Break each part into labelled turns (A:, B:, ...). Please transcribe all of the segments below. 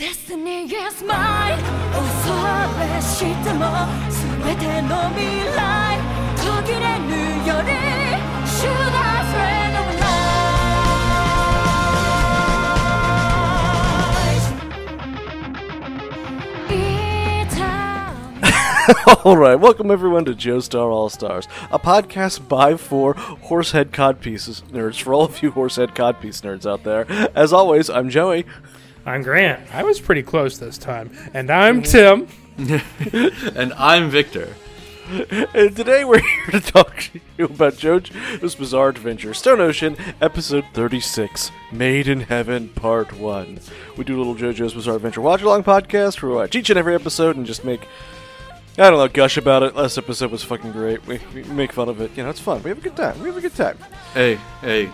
A: Destiny is mine 恐れしても全ての未来途切れぬより Should I friend of life Be time
B: All right, welcome everyone to Joe Star All Stars, a podcast by for horsehead codpieces nerds for all of you horsehead codpiece nerds out there. As always, I'm Joey.
C: I'm Grant. I was pretty close this time. And I'm Tim.
D: And I'm Victor.
B: And today we're here to talk to you about JoJo's Bizarre Adventure Stone Ocean, Episode 36, Made in Heaven, Part 1. We do a little JoJo's Bizarre Adventure watch along podcast where we watch each and every episode and just make, I don't know, gush about it. Last episode was fucking great. We, we make fun of it. You know, it's fun. We have a good time. We have a good time.
D: Hey, hey.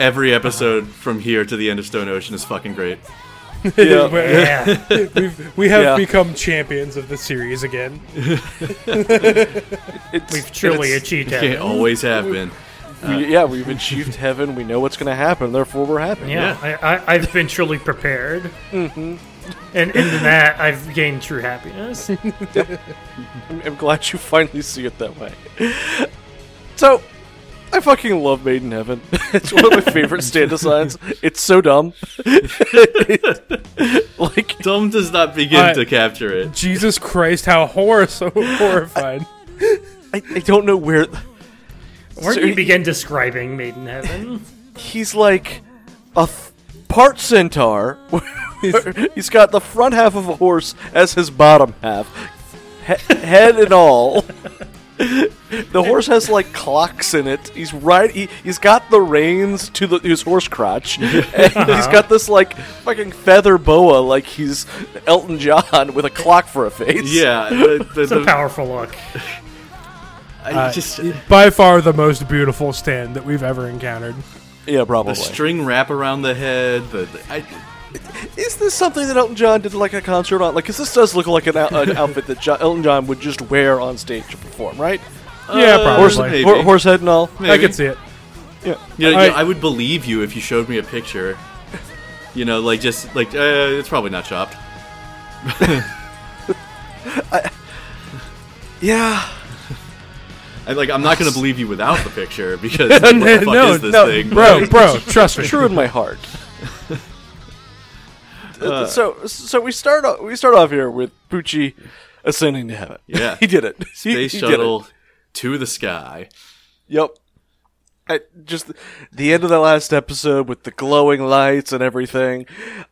D: Every episode from here to the end of Stone Ocean is fucking great.
B: Yeah.
C: Yeah. uh, We've, we have
B: Yeah.
C: become champions of the series again.
B: It's,
C: We've truly
B: it's-
C: achieved
D: Can't
C: it.
D: always have been.
B: we, yeah, we've achieved heaven. We know what's going to happen. Therefore, we're happy.
E: Yeah, I, I, I've been truly prepared. Mm-hmm. And, and in that, I've gained true happiness.
B: I'm, I'm glad you finally see it that way. So, I fucking love Made in Heaven. It's one of my favorite stand designs. It's so dumb. like,
D: Dumb does not begin
C: Alright.
D: to capture it.
C: Jesus Christ, how horror so horrified.
B: I, I don't know where.
E: Where
B: So
E: do
B: you-
E: you begin describing Maiden Heaven?
B: He's like a th- part centaur. He's got the front half of a horse as his bottom half, he- head and all. The horse has like clocks in it. He's right. He, he's got the reins to the, his horse crotch, and he's got this like fucking feather boa, like he's Elton John with a clock for a face.
D: Yeah, the, the,
E: It's a
D: the,
E: powerful look.
D: I
C: Uh,
D: just,
C: By far the most beautiful stand that we've ever encountered.
B: yeah, probably.
D: the string wrap around the head. The, the- I,
B: Is this something that Elton John did like a concert on? Like, 'cause this does look like an, out- an outfit that jo- Elton John would just wear on stage to perform, right?
C: yeah,
D: Uh,
B: Horse,
C: probably.
D: maybe.
B: hor- horse head and all.
C: I
D: maybe.
C: could see it.
D: You know, you-
C: Alright.
D: I would believe you if you showed me a picture. You know, like just like uh, it's probably not chopped.
B: Yeah.
D: I, like I'm not gonna believe you without the picture because like, what the fuck
C: no,
D: is this
C: no,
D: thing?
C: Bro, bro, trust me.
B: True in my heart. Uh, so, so we start o- we start off here with Pucci ascending to heaven.
D: Yeah.
B: he did it. He-
D: Space
B: he did it.
D: shuttle to the sky.
B: Yep. I, just the end of the last episode with the glowing lights and everything.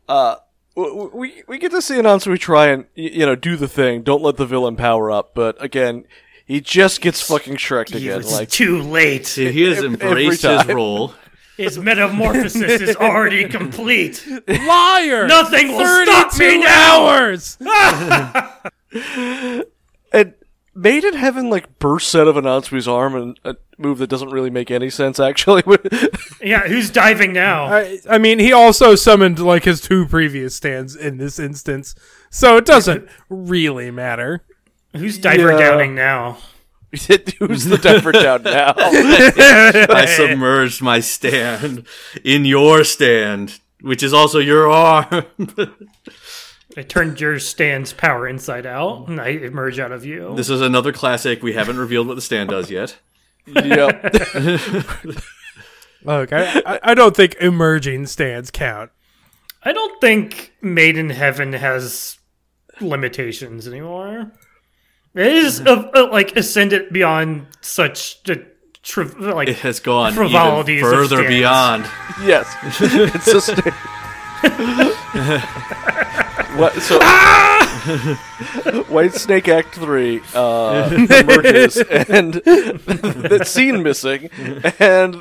B: Uh, w- w- we we get to see Anansi we try and y- you know do the thing. Don't let the villain power up. But again, he just gets fucking Shreked
E: It
B: again.
E: was
B: Like
E: too late.
D: He has
B: Every
D: embraced his
B: time.
D: role.
E: His metamorphosis is already complete.
C: Liar!
E: Nothing will stop me
C: 32
E: now!
C: hours!
B: and Made in Heaven like bursts out of Anansi's arm and a move that doesn't really make any sense actually.
E: Yeah, who's diving now?
C: I, I mean, he also summoned like his two previous stands in this instance, so it doesn't really matter.
E: Who's diver
B: yeah.
E: downing now?
B: Who's the diver down now?
D: I submerged my stand in your stand, which is also your arm.
E: I turned your stand's power inside out, and I emerge out of you.
D: this is another classic. We haven't revealed what the stand does yet.
B: yep.
C: Look, I, I, I don't think emerging stands count.
E: I don't think Made in Heaven has limitations anymore. It is uh, uh, like ascended beyond such the tri- like
D: It has gone even
E: Frivolities of
D: further
E: stands.
D: beyond.
B: Yes, it's just. what, so, White Snake Act Three uh, emerges, and that scene missing, and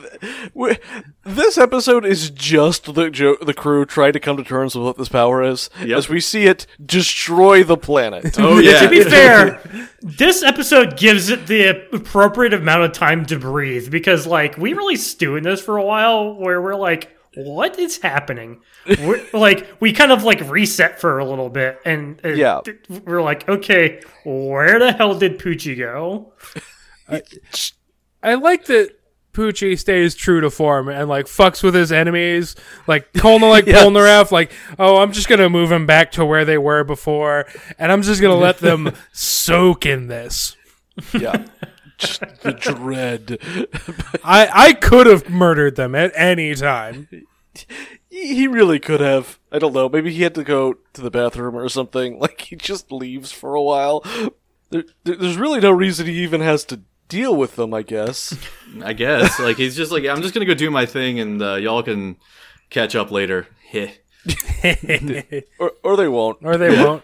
B: we, this episode is just the jo- the crew trying to come to terms with what this power is,
D: Yep.
B: as we see it destroy the planet.
D: Oh yeah.
E: to be fair, this episode gives it the appropriate amount of time to breathe because, like, we really stew in this for a while where we're like, what is happening? We're, like, we kind of like reset for a little bit and it-
B: Yeah.
E: we're like, okay, where the hell did Poochie go?
C: I like that Poochie stays true to form and like fucks with his enemies, like Kolna like Polnareff, like, oh, I'm just gonna move him back to where they were before, and I'm just gonna let them soak in this.
B: Yeah. Just the dread.
C: I I could have murdered them at any time.
B: He he really could have. I don't know. Maybe he had to go to the bathroom or something. Like he just leaves for a while. There, there- there's really no reason he even has to deal with them. I guess.
D: I guess. Like he's just like I'm just gonna go do my thing, and uh, y'all can catch up later. Heh.
B: or, or they won't.
C: or they won't.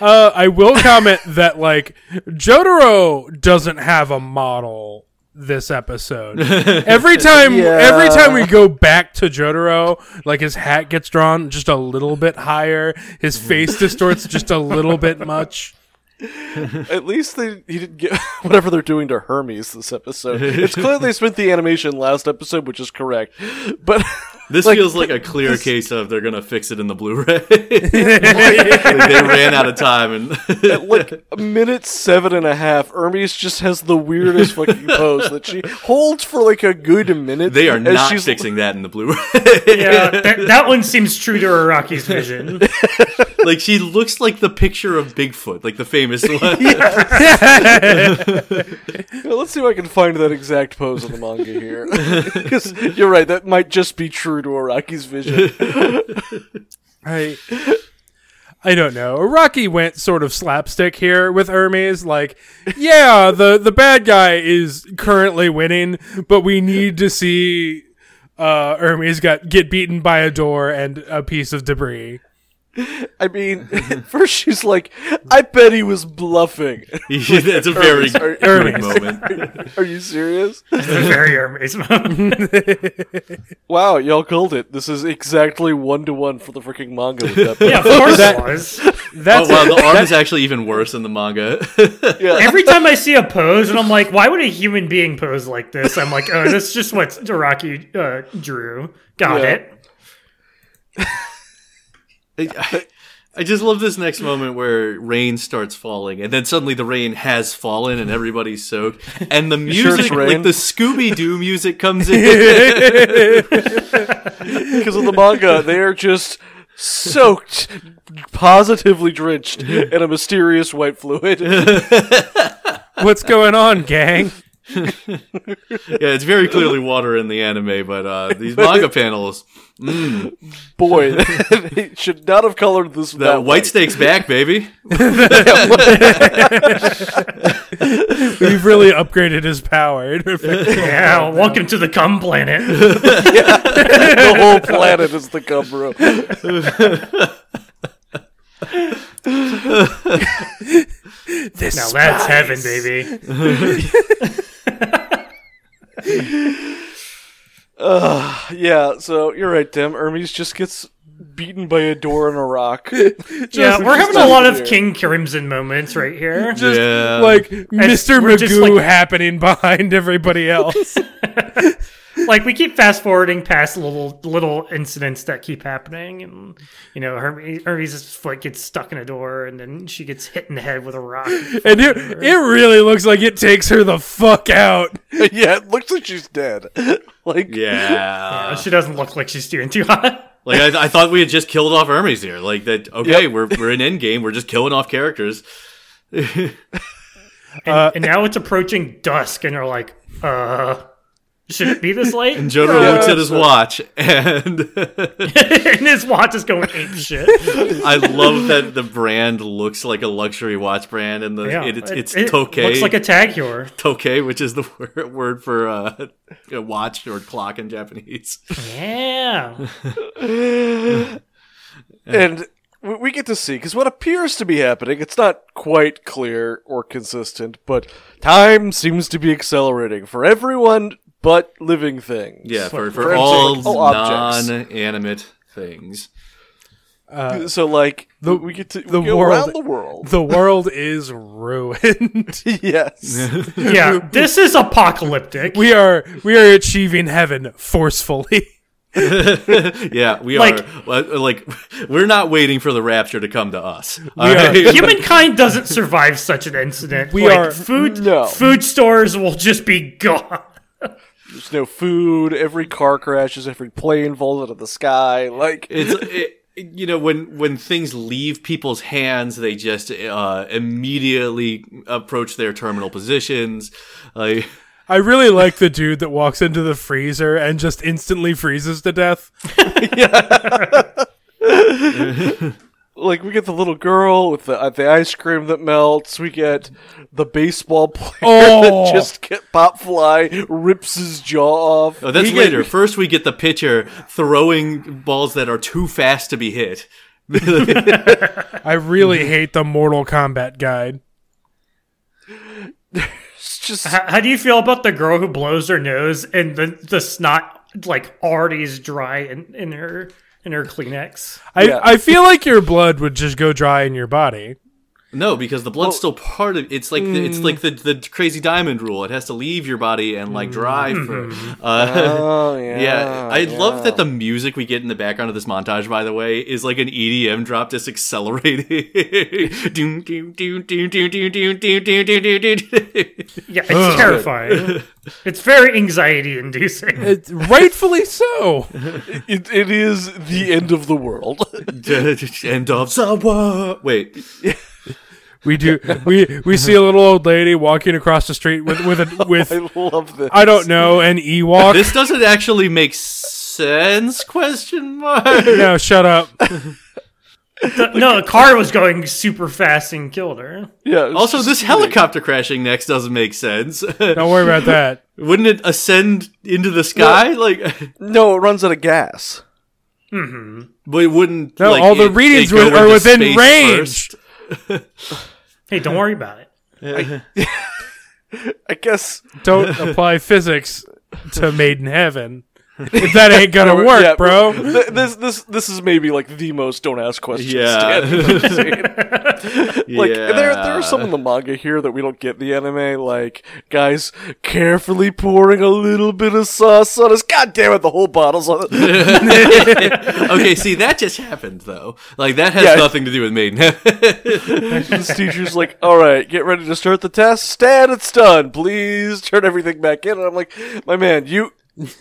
C: Uh, I will comment that like Jotaro doesn't have a model this episode. Every time, every time we go back to Jotaro, like his hat gets drawn just a little bit higher, his face distorts just a little bit much.
B: At least they he didn't get whatever they're doing to Hermes this episode. It's clear they spent the animation last episode, which is correct. But
D: This feels like a clear case of they're gonna fix it in the Blu-ray. Like, they ran out of time, and
B: at like minute seven and a half, Hermes just has the weirdest fucking pose that she holds for like a good minute.
D: they are
B: as
D: not
B: she's-
D: fixing that in the Blu-ray.
E: Yeah, that, that one seems true to Araki's vision.
D: like she looks like the picture of Bigfoot, like the famous one.
B: Yeah, let's see if I can find that exact pose in the manga here. 'Cause you're right, that might just be true to Araki's vision.
C: I I don't know. Rocky went sort of slapstick here with Hermes. Like, yeah, the the bad guy is currently winning, but we need to see uh, Hermes got get beaten by a door and a piece of debris.
B: I mean, at first she's like, I bet he was bluffing.
D: It's a very
B: Sorry,
D: good
C: Hermes.
D: moment.
B: Are you serious?
E: Very Hermes moment.
B: Wow, y'all called it. This is exactly one to one for the freaking manga with that.
E: Yeah, of course it was.
D: Oh,
C: That's
D: wow, the arm is actually even worse in the manga.
E: Every time I see a pose, and I'm like, why would a human being pose like this? I'm like, oh, that's just what Araki uh, drew. Got
B: Yeah.
E: it.
D: I, I just love this next moment where rain starts falling, and then suddenly the rain has fallen, and everybody's soaked, and the
B: sure it's
D: music,
B: rain?
D: like the Scooby Doo music, comes in.
B: Because of the manga, they are just soaked, positively drenched in a mysterious white fluid.
C: what's going on, gang.
D: yeah, it's very clearly water in the anime, but uh, these manga panels,
B: Boy, they should not have colored this
D: that white snake's back, baby.
C: We've really upgraded his power.
E: Yeah, welcome to the cum planet.
B: the whole planet is the gumbo.
C: this
E: Now that's heaven, baby.
B: Yeah, so you're right, Tim. Hermes just gets beaten by a door and a rock.
E: Yeah, we're having
B: just
E: a lot
B: over
E: of
B: there.
E: King Crimson moments right here.
C: just
D: Yeah.
C: like Mr.
E: we're just
C: Magoo
E: like-
C: happening behind everybody else.
E: Like we keep fast forwarding past little little incidents that keep happening, and you know, Hermes, Hermes' foot gets stuck in a door, and then she gets hit in the head with a rock.
C: and it, it really looks like it takes her the fuck out.
B: yeah, it looks like she's dead. like, Uh.
D: Yeah,
E: she doesn't look like she's doing too hot.
D: like I, I thought we had just killed off Hermes here. Like that. Okay, we're we're in Endgame. We're just killing off characters.
E: And, and now it's approaching dusk, and they're like, uh, should it be this late? and
D: Jotaro looks at his watch, and
E: his watch is going ape shit.
D: I love that the brand looks like a luxury watch brand, and the
E: Yeah,
D: it, it's it's
E: it
D: Tokei,
E: Looks like a tag here.
D: Tokei, which is the wor- word for uh, a watch or clock in Japanese.
E: Yeah.
B: and we- we get to see because what appears to be happening it's not quite clear or consistent but time seems to be accelerating for everyone but living things
D: Yeah, for, for
B: for
D: all
B: objects. All objects.
D: non-animate things.
B: Uh, so like the, we get to the
C: world-
B: around the world
C: The world is ruined.
B: yes
E: Yeah. This is apocalyptic.
C: we are we are achieving heaven forcefully.
D: Yeah, we
E: Like-
D: are well, like we're not waiting for the rapture to come to us. all
C: are-
D: right?
E: Humankind doesn't survive such an incident.
C: We
E: like,
C: are-
E: food
B: no.
E: food stores will just be gone.
B: There's no food. Every car crashes. Every plane falls out of the sky. Like
D: It's it, you know when when things leave people's hands, they just uh, immediately approach their terminal positions. Like
C: I really like the dude that walks into the freezer and just instantly freezes to death.
B: like we get the little girl with the uh, the ice cream that melts. We get the baseball player
C: Oh.
B: that just get pop fly rips his jaw off.
D: oh, that's
B: We get-
D: later. First, we get the pitcher throwing balls that are too fast to be hit.
C: I really hate the Mortal Kombat guide.
B: it's just
E: How, how do you feel about the girl who blows her nose and the the snot like already is dry in, in her in her Kleenex?
C: I,
B: Yeah.
C: I feel like your blood would just go dry in your body.
D: No, because the blood's still part of it's like the, it's like the the crazy diamond rule. It has to leave your body and like dry for. Uh,
B: oh yeah.
D: yeah, I love
B: yeah.
D: that the music we get in the background of this montage. By the way, is like an EDM drop just accelerating. Doom, doom, doom, doom, doom, doom, doom, doom, doom, doom, doom, doom.
E: Yeah, it's terrifying. it's very anxiety inducing.
C: It, rightfully so.
B: It, it is the end of the world.
D: End of summer. Wait,
C: We do. We we see a little old lady walking across the street with with a, with
B: I love this.
C: I don't know an Ewok.
D: this doesn't actually make sense? Question mark.
C: no, shut up.
E: The- no, the car was going super fast and killed her.
B: Yeah, it's
D: Also,
B: just
D: this helicopter crashing next doesn't make sense.
C: Don't worry about that.
D: Wouldn't it ascend into the sky? Like,
B: No, it runs out of gas.
D: but it wouldn't.
C: No,
D: like,
C: all the
D: it-
C: readings
D: it go
C: with- are
D: into
C: within
D: space
C: range.
D: first.
E: Hey, don't worry about it.
B: I guess
C: Don't apply physics to Made in Heaven. If that ain't gonna work,
B: yeah,
C: bro.
B: th- this this this is maybe like the most don't ask questions.
D: Yeah.
B: standard I've seen. like
D: yeah.
B: there there are some in the manga here that we don't get in the anime. Like guys carefully pouring a little bit of sauce on us. God damn it, the whole bottle's on it.
D: okay, see that just happened though. Like that has
B: Yeah.
D: nothing to do with Maiden.
B: this teacher's like, all right, get ready to start the test. Stan, it's done. Please turn everything back in. And I'm like, my man, you.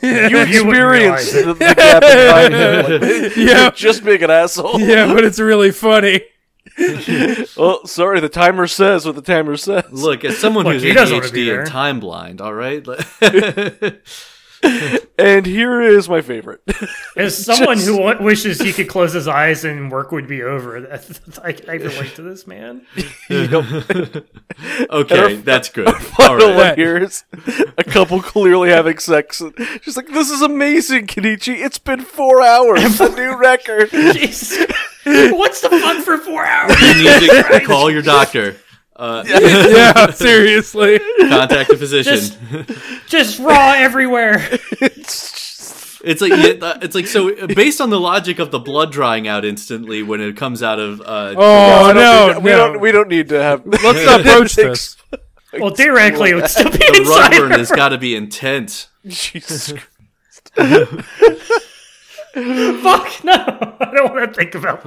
B: You experienced
E: realize it.
B: the, the gap in my head. Like,
C: Yeah,
B: just being an asshole.
C: yeah, but it's really funny.
B: Well, Oh, sorry, the timer says what the timer says.
D: Look, as someone
E: Look,
D: who's
E: he doesn't wanna be
D: ADHD
E: there.
D: and time blind, all right.
B: And here is my favorite.
E: As someone who wa- wishes he could close his eyes and work would be over, I, I relate to this man.
D: okay, that's good. All
B: Final
D: right.
B: one here is a couple clearly having sex. And she's like, "This is amazing, Kenichi. It's been four hours. a new record."
E: Jesus. What's the fun for four hours?
D: Music, call your doctor. Uh,
C: Yeah, seriously.
D: Contact a physician.
E: Just- Just raw everywhere.
D: It's like yeah, it's like so based on the logic of the blood drying out instantly when it comes out of uh,
C: Oh
B: I don't
C: no,
B: think- we
C: no.
B: don't. We don't need to have.
C: Let's not approach this.
E: Well, theoretically, it would still be
D: the
E: inside.
D: rug burn
E: her.
D: has got to be intense.
B: Jesus. Christ.
E: Fuck no! I don't want to think about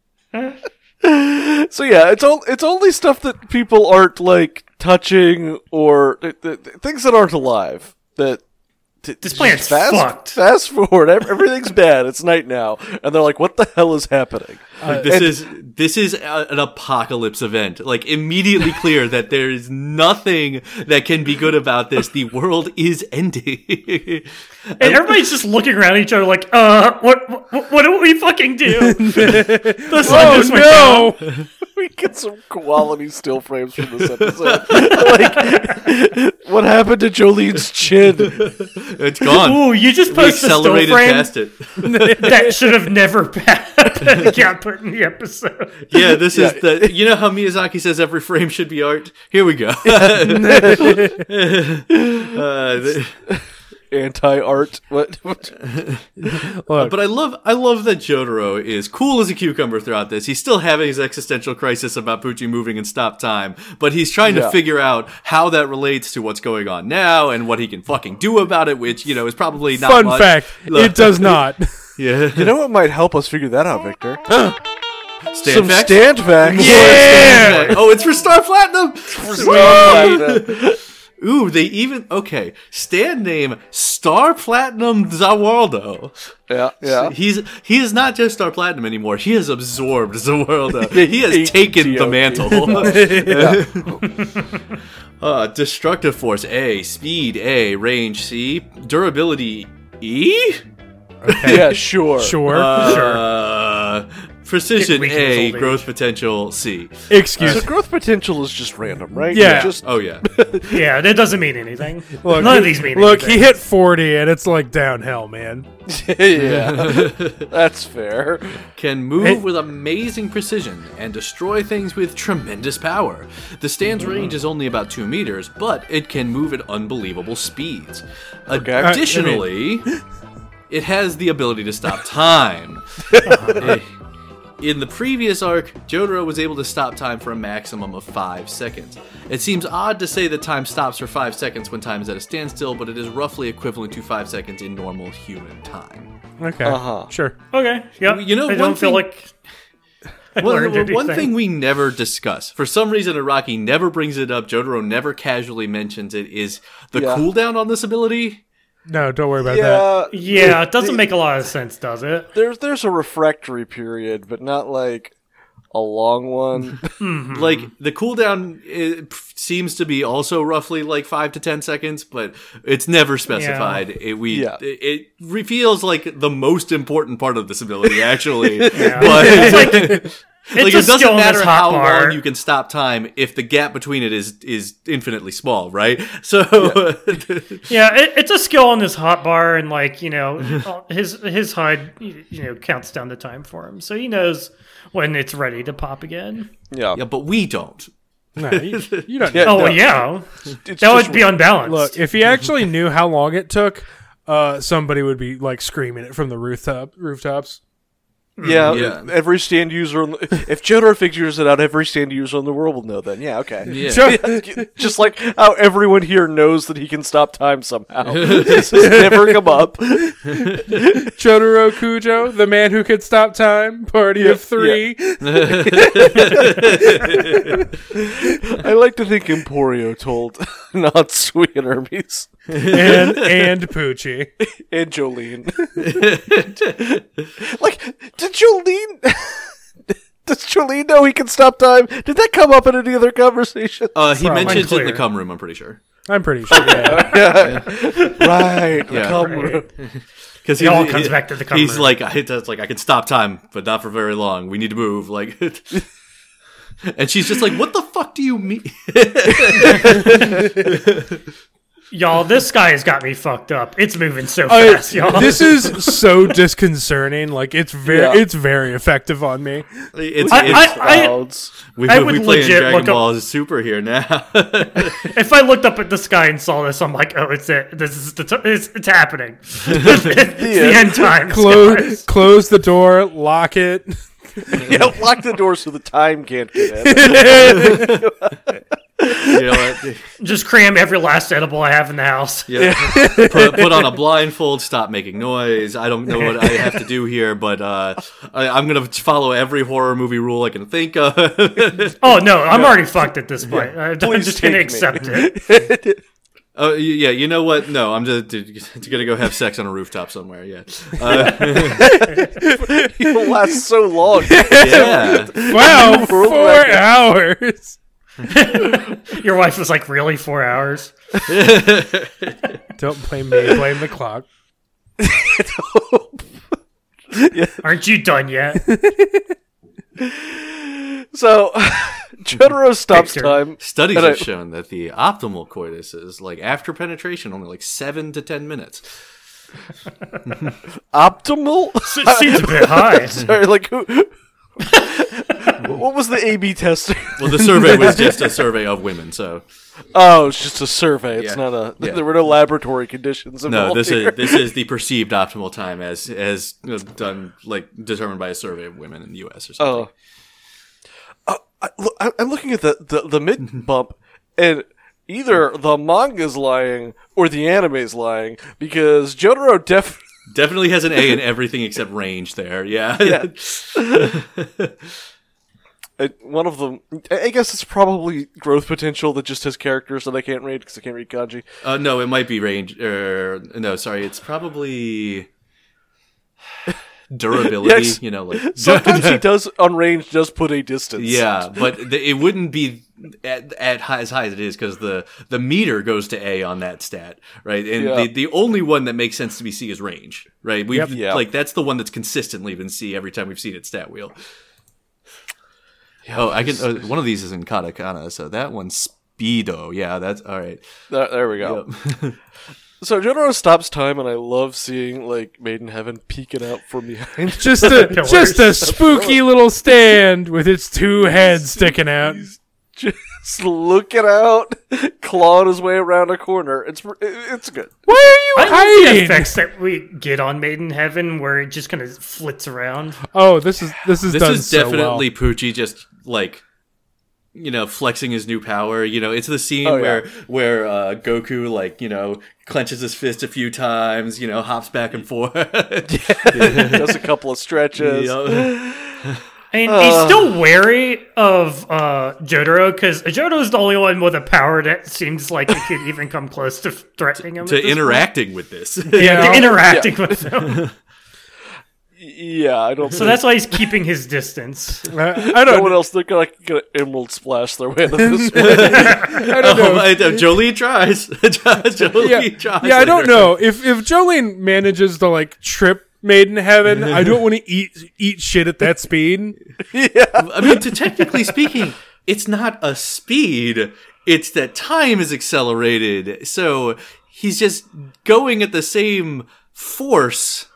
E: this.
B: So yeah, it's all. It's only stuff that people aren't like touching or th- th- th- things that aren't alive. That
E: This plan's
B: fast
E: fucked.
B: fast forward. ev- Everything's bad. It's night now, and they're like, "What the hell is happening?"
E: Uh,
D: Like, this is this is a, an apocalypse event. Like immediately clear that there is nothing that can be good about this. The world is ending.
E: And everybody's just looking around at each other like, uh, what, what, what do we fucking do? the sun just went down.
C: Oh no!
B: we get some quality still frames from this episode. like, what happened to Jolene's chin?
D: it's gone.
E: "Oh, Ooh, you just
D: we
E: posted a still
D: accelerated
E: frame
D: past it.
E: that should have never happened. got put in the episode.
D: Yeah, this is the. You know how Miyazaki says every frame should be art. Here we go. Uh, th-
B: Anti art. What? what-
D: But I love I love that Jotaro is cool as a cucumber throughout this. He's still having his existential crisis about Pucci moving and stop time, but he's trying
B: Yeah.
D: to figure out how that relates to what's going on now and what he can fucking do about it, which you know is probably not
C: Fun
D: much.
C: fact:
D: Look,
C: it does not.
D: Yeah.
B: You know what might help us figure that out, Victor?
D: Stand
B: Some
D: facts?
B: stand facts.
D: Yeah. Oh, it's for Star Platinum.
B: Whoa!
D: Ooh, they even okay. Stand name Star Platinum Zawaldo.
B: yeah, yeah.
D: He's he is not just Star Platinum anymore. He has absorbed Zawaldo. he has
B: Eight
D: taken the
B: GOP.
D: mantle. uh, destructive force A, speed A, range C, durability E.
B: Yeah, sure.
C: Sure, sure.
D: Uh, precision
E: Get weakens
D: A,
E: old age.
D: growth potential C.
C: Excuse
B: So
C: me.
B: growth potential is just random, right?
C: Yeah.
B: Just
D: Oh yeah.
E: Yeah, that doesn't mean anything.
C: Look,
E: None of
C: he-
E: these mean
C: Look,
E: anything.
C: he hit 40, and it's like downhill, man.
B: yeah. That's fair.
D: can move
C: Hey.
D: with amazing precision and destroy things with tremendous power. The stand's range is only about 2 meters, but it can move at unbelievable speeds.
B: I- I
D: Additionally, it has the ability to stop time. Eh, In the previous arc, Jotaro was able to stop time for a maximum of 5 seconds. It seems odd to say that time stops for 5 seconds when time is at a standstill, but it is roughly equivalent to 5 seconds in normal human time.
C: Okay,
B: Uh-huh.
C: sure.
E: Okay. Yep.
D: You know, one
E: I don't feel
D: thing-
E: like I
D: Well,
E: learned
D: well,
E: anything.
D: one thing we never discuss, for some reason, Iraqi never brings it up. Jotaro never casually mentions it. Is the
B: Yeah.
D: cooldown on this ability?
C: No, don't worry about that.
B: Yeah.
E: Yeah, it doesn't make a lot of sense, does it?
B: There's there's a refractory period, but not like a long one.
D: Like the cooldown it p- seems to be also roughly like five to ten seconds, but it's never specified. It we
B: Yeah.
D: it, it re- feels like the most important part of this ability actually,
E: It's
D: but.
E: like it's
D: Like it
E: just
D: doesn't
E: skill in
D: matter
E: this
D: how
E: hot bar.
D: long you can stop time if the gap between it is is infinitely small, right? So
E: Yeah, it, it's a skill on this hot bar, and like you know, uh, his his HUD you you know counts down the time for him, so he knows when it's ready to pop again.
B: Yeah.
D: yeah, but we don't.
C: No, you, you don't.
B: Yeah,
E: Oh
B: no,
E: well, yeah,
B: it's
E: that
B: just
E: would be unbalanced.
C: Look, if he actually knew how long it took, uh, somebody would be like screaming it from the rooftop rooftops.
B: Yeah,
D: Mm, Yeah.
B: every stand user. on the- If Jotaro figures it out, every stand user in the world will know. Then, yeah, okay.
D: Yeah.
B: Just like how everyone here knows that he can stop time somehow. this has never come up.
C: Jotaro Kujo, the man who could stop time, party of three.
B: I like to think Emporio told Natsui and Hermes
C: and and Poochie.
B: and Jolene. like, did Jolene? Does Jolene know he can stop time? Did that come up in any other conversation?
D: Uh, he mentions it in the
E: Unclear.
D: cum room. I'm pretty sure
C: I'm pretty sure. yeah.
B: right. the
D: Yeah.
B: cum room.
D: because
E: all comes back to the cum
D: He's
E: room.
D: like, I, that's like I can stop time, but not for very long. We need to move. Like, and she's just like, "What the fuck do you mean?"
E: y'all, this guy has got me fucked up. It's moving so
C: I-
E: fast, y'all.
C: this is so disconcerting. Like it's very,
B: Yeah.
C: it's very effective on me.
D: It's,
E: I-
D: it's-
E: I-
B: Clouds.
D: we,
E: I
D: we
E: would
D: play in
E: legit
D: Dragon
E: look up-
D: Ball Super here now.
E: if I looked up at the sky and saw this, I'm like, oh, it's it. This is the t- it's, it's happening. it's the end times.
C: Close,
E: guys.
C: close the door, lock it.
B: yeah, lock the door so the time can't get in.
D: you know what?
E: Just cram every last edible I have in the house.
D: Yeah. put, put on a blindfold. Stop making noise. I don't know what I have to do here, but uh, I, I'm gonna follow every horror movie rule I can think of.
E: Oh no, I'm already fucked at this point. I- I'm
B: Please
E: just gonna
B: take me.
E: accept it.
D: Oh y yeah, you know what? No, I'm just, just gonna go have sex on a rooftop somewhere. Yeah, uh,
B: It'll last so long.
D: yeah.
C: Wow,
B: For a
C: four
B: record.
C: hours.
E: Your wife was like, really four hours?
C: Don't blame me. Blame the clock.
E: Aren't you done yet?
B: So Jotaro stops
E: Picture.
B: time.
D: Studies
B: And I-
D: have shown that the optimal coitus is like after penetration, only like seven to ten minutes.
B: Optimal?
E: S- Seems a bit high.
B: Sorry, like who? what was the A/B test?
D: Well, the survey was just a survey of women, so
B: oh, it's just a survey. It's
D: Yeah.
B: not a.
D: Yeah.
B: There were no laboratory conditions involved.
D: no, this
B: here.
D: is this is the perceived optimal time as as done like determined by a survey of women in the U.S. or something.
B: Oh. Uh, I, look, I, I'm looking at the the, the mid bump, and either the manga's lying or the anime's lying because Jotaro def
D: Definitely has an A in everything except range there. Yeah.
B: It, one of them, I I guess it's probably growth potential that just has characters that I can't read because I can't read kanji.
D: Uh, no, it might be range. Er, no, sorry. It's probably durability,
B: Yes.
D: you know, like.
B: Sometimes he does on range does put a distance.
D: Yeah, but th- it wouldn't be at, at high, as high as it is because the, the meter goes to A on that stat, right? And
B: Yeah.
D: the, the only one that makes sense to be C is range, right? We've
C: Yep.
B: Yeah.
D: like that's the one that's consistently been C every time we've seen it stat wheel. Oh, I can. Uh, one of these is in katakana, so that one's speedo. Yeah, that's all right.
B: There, Uh, there we go. So Jotaro stops time, and I love seeing like Maiden Heaven peeking out from behind.
C: Just a
E: Pillars.
C: just a spooky little stand with its two heads sticking out.
B: just looking out, clawing his way around a corner. It's it's good.
C: Why are you
E: I love the
C: hiding?
E: effects that we get on Maiden Heaven, where it just kind of flits around.
C: Oh, this is this is
D: This
C: done
D: is
C: so
D: definitely
C: well.
D: Poochie just like you know flexing his new power. You know, it's the scene
B: Oh, yeah.
D: where where uh, Goku like you know clenches his fist a few times. You know, hops back and forth.
B: Does a couple of stretches.
D: You know?
E: I mean, he's still wary of uh, Jotaro because Jotaro's the only one with a power that seems like it could even come close to threatening him. at
D: to
E: this
D: interacting with this.
E: point.
C: Yeah.
E: To interacting with him.
B: Yeah, I don't.
E: So that's why he's keeping his distance.
C: I, I
B: no one
C: don't.
B: else. They're gonna get an emerald splash their way out of this. one.
C: I don't know.
D: Oh, I- uh, Jolie tries. Jolie
C: yeah,
D: tries.
C: yeah I don't
D: later.
C: know if if Jolene manages to like trip Maiden Heaven. I don't want to eat eat shit at that speed.
D: I mean, to technically speaking, it's not a speed. It's that time is accelerated. So he's just going at the same force,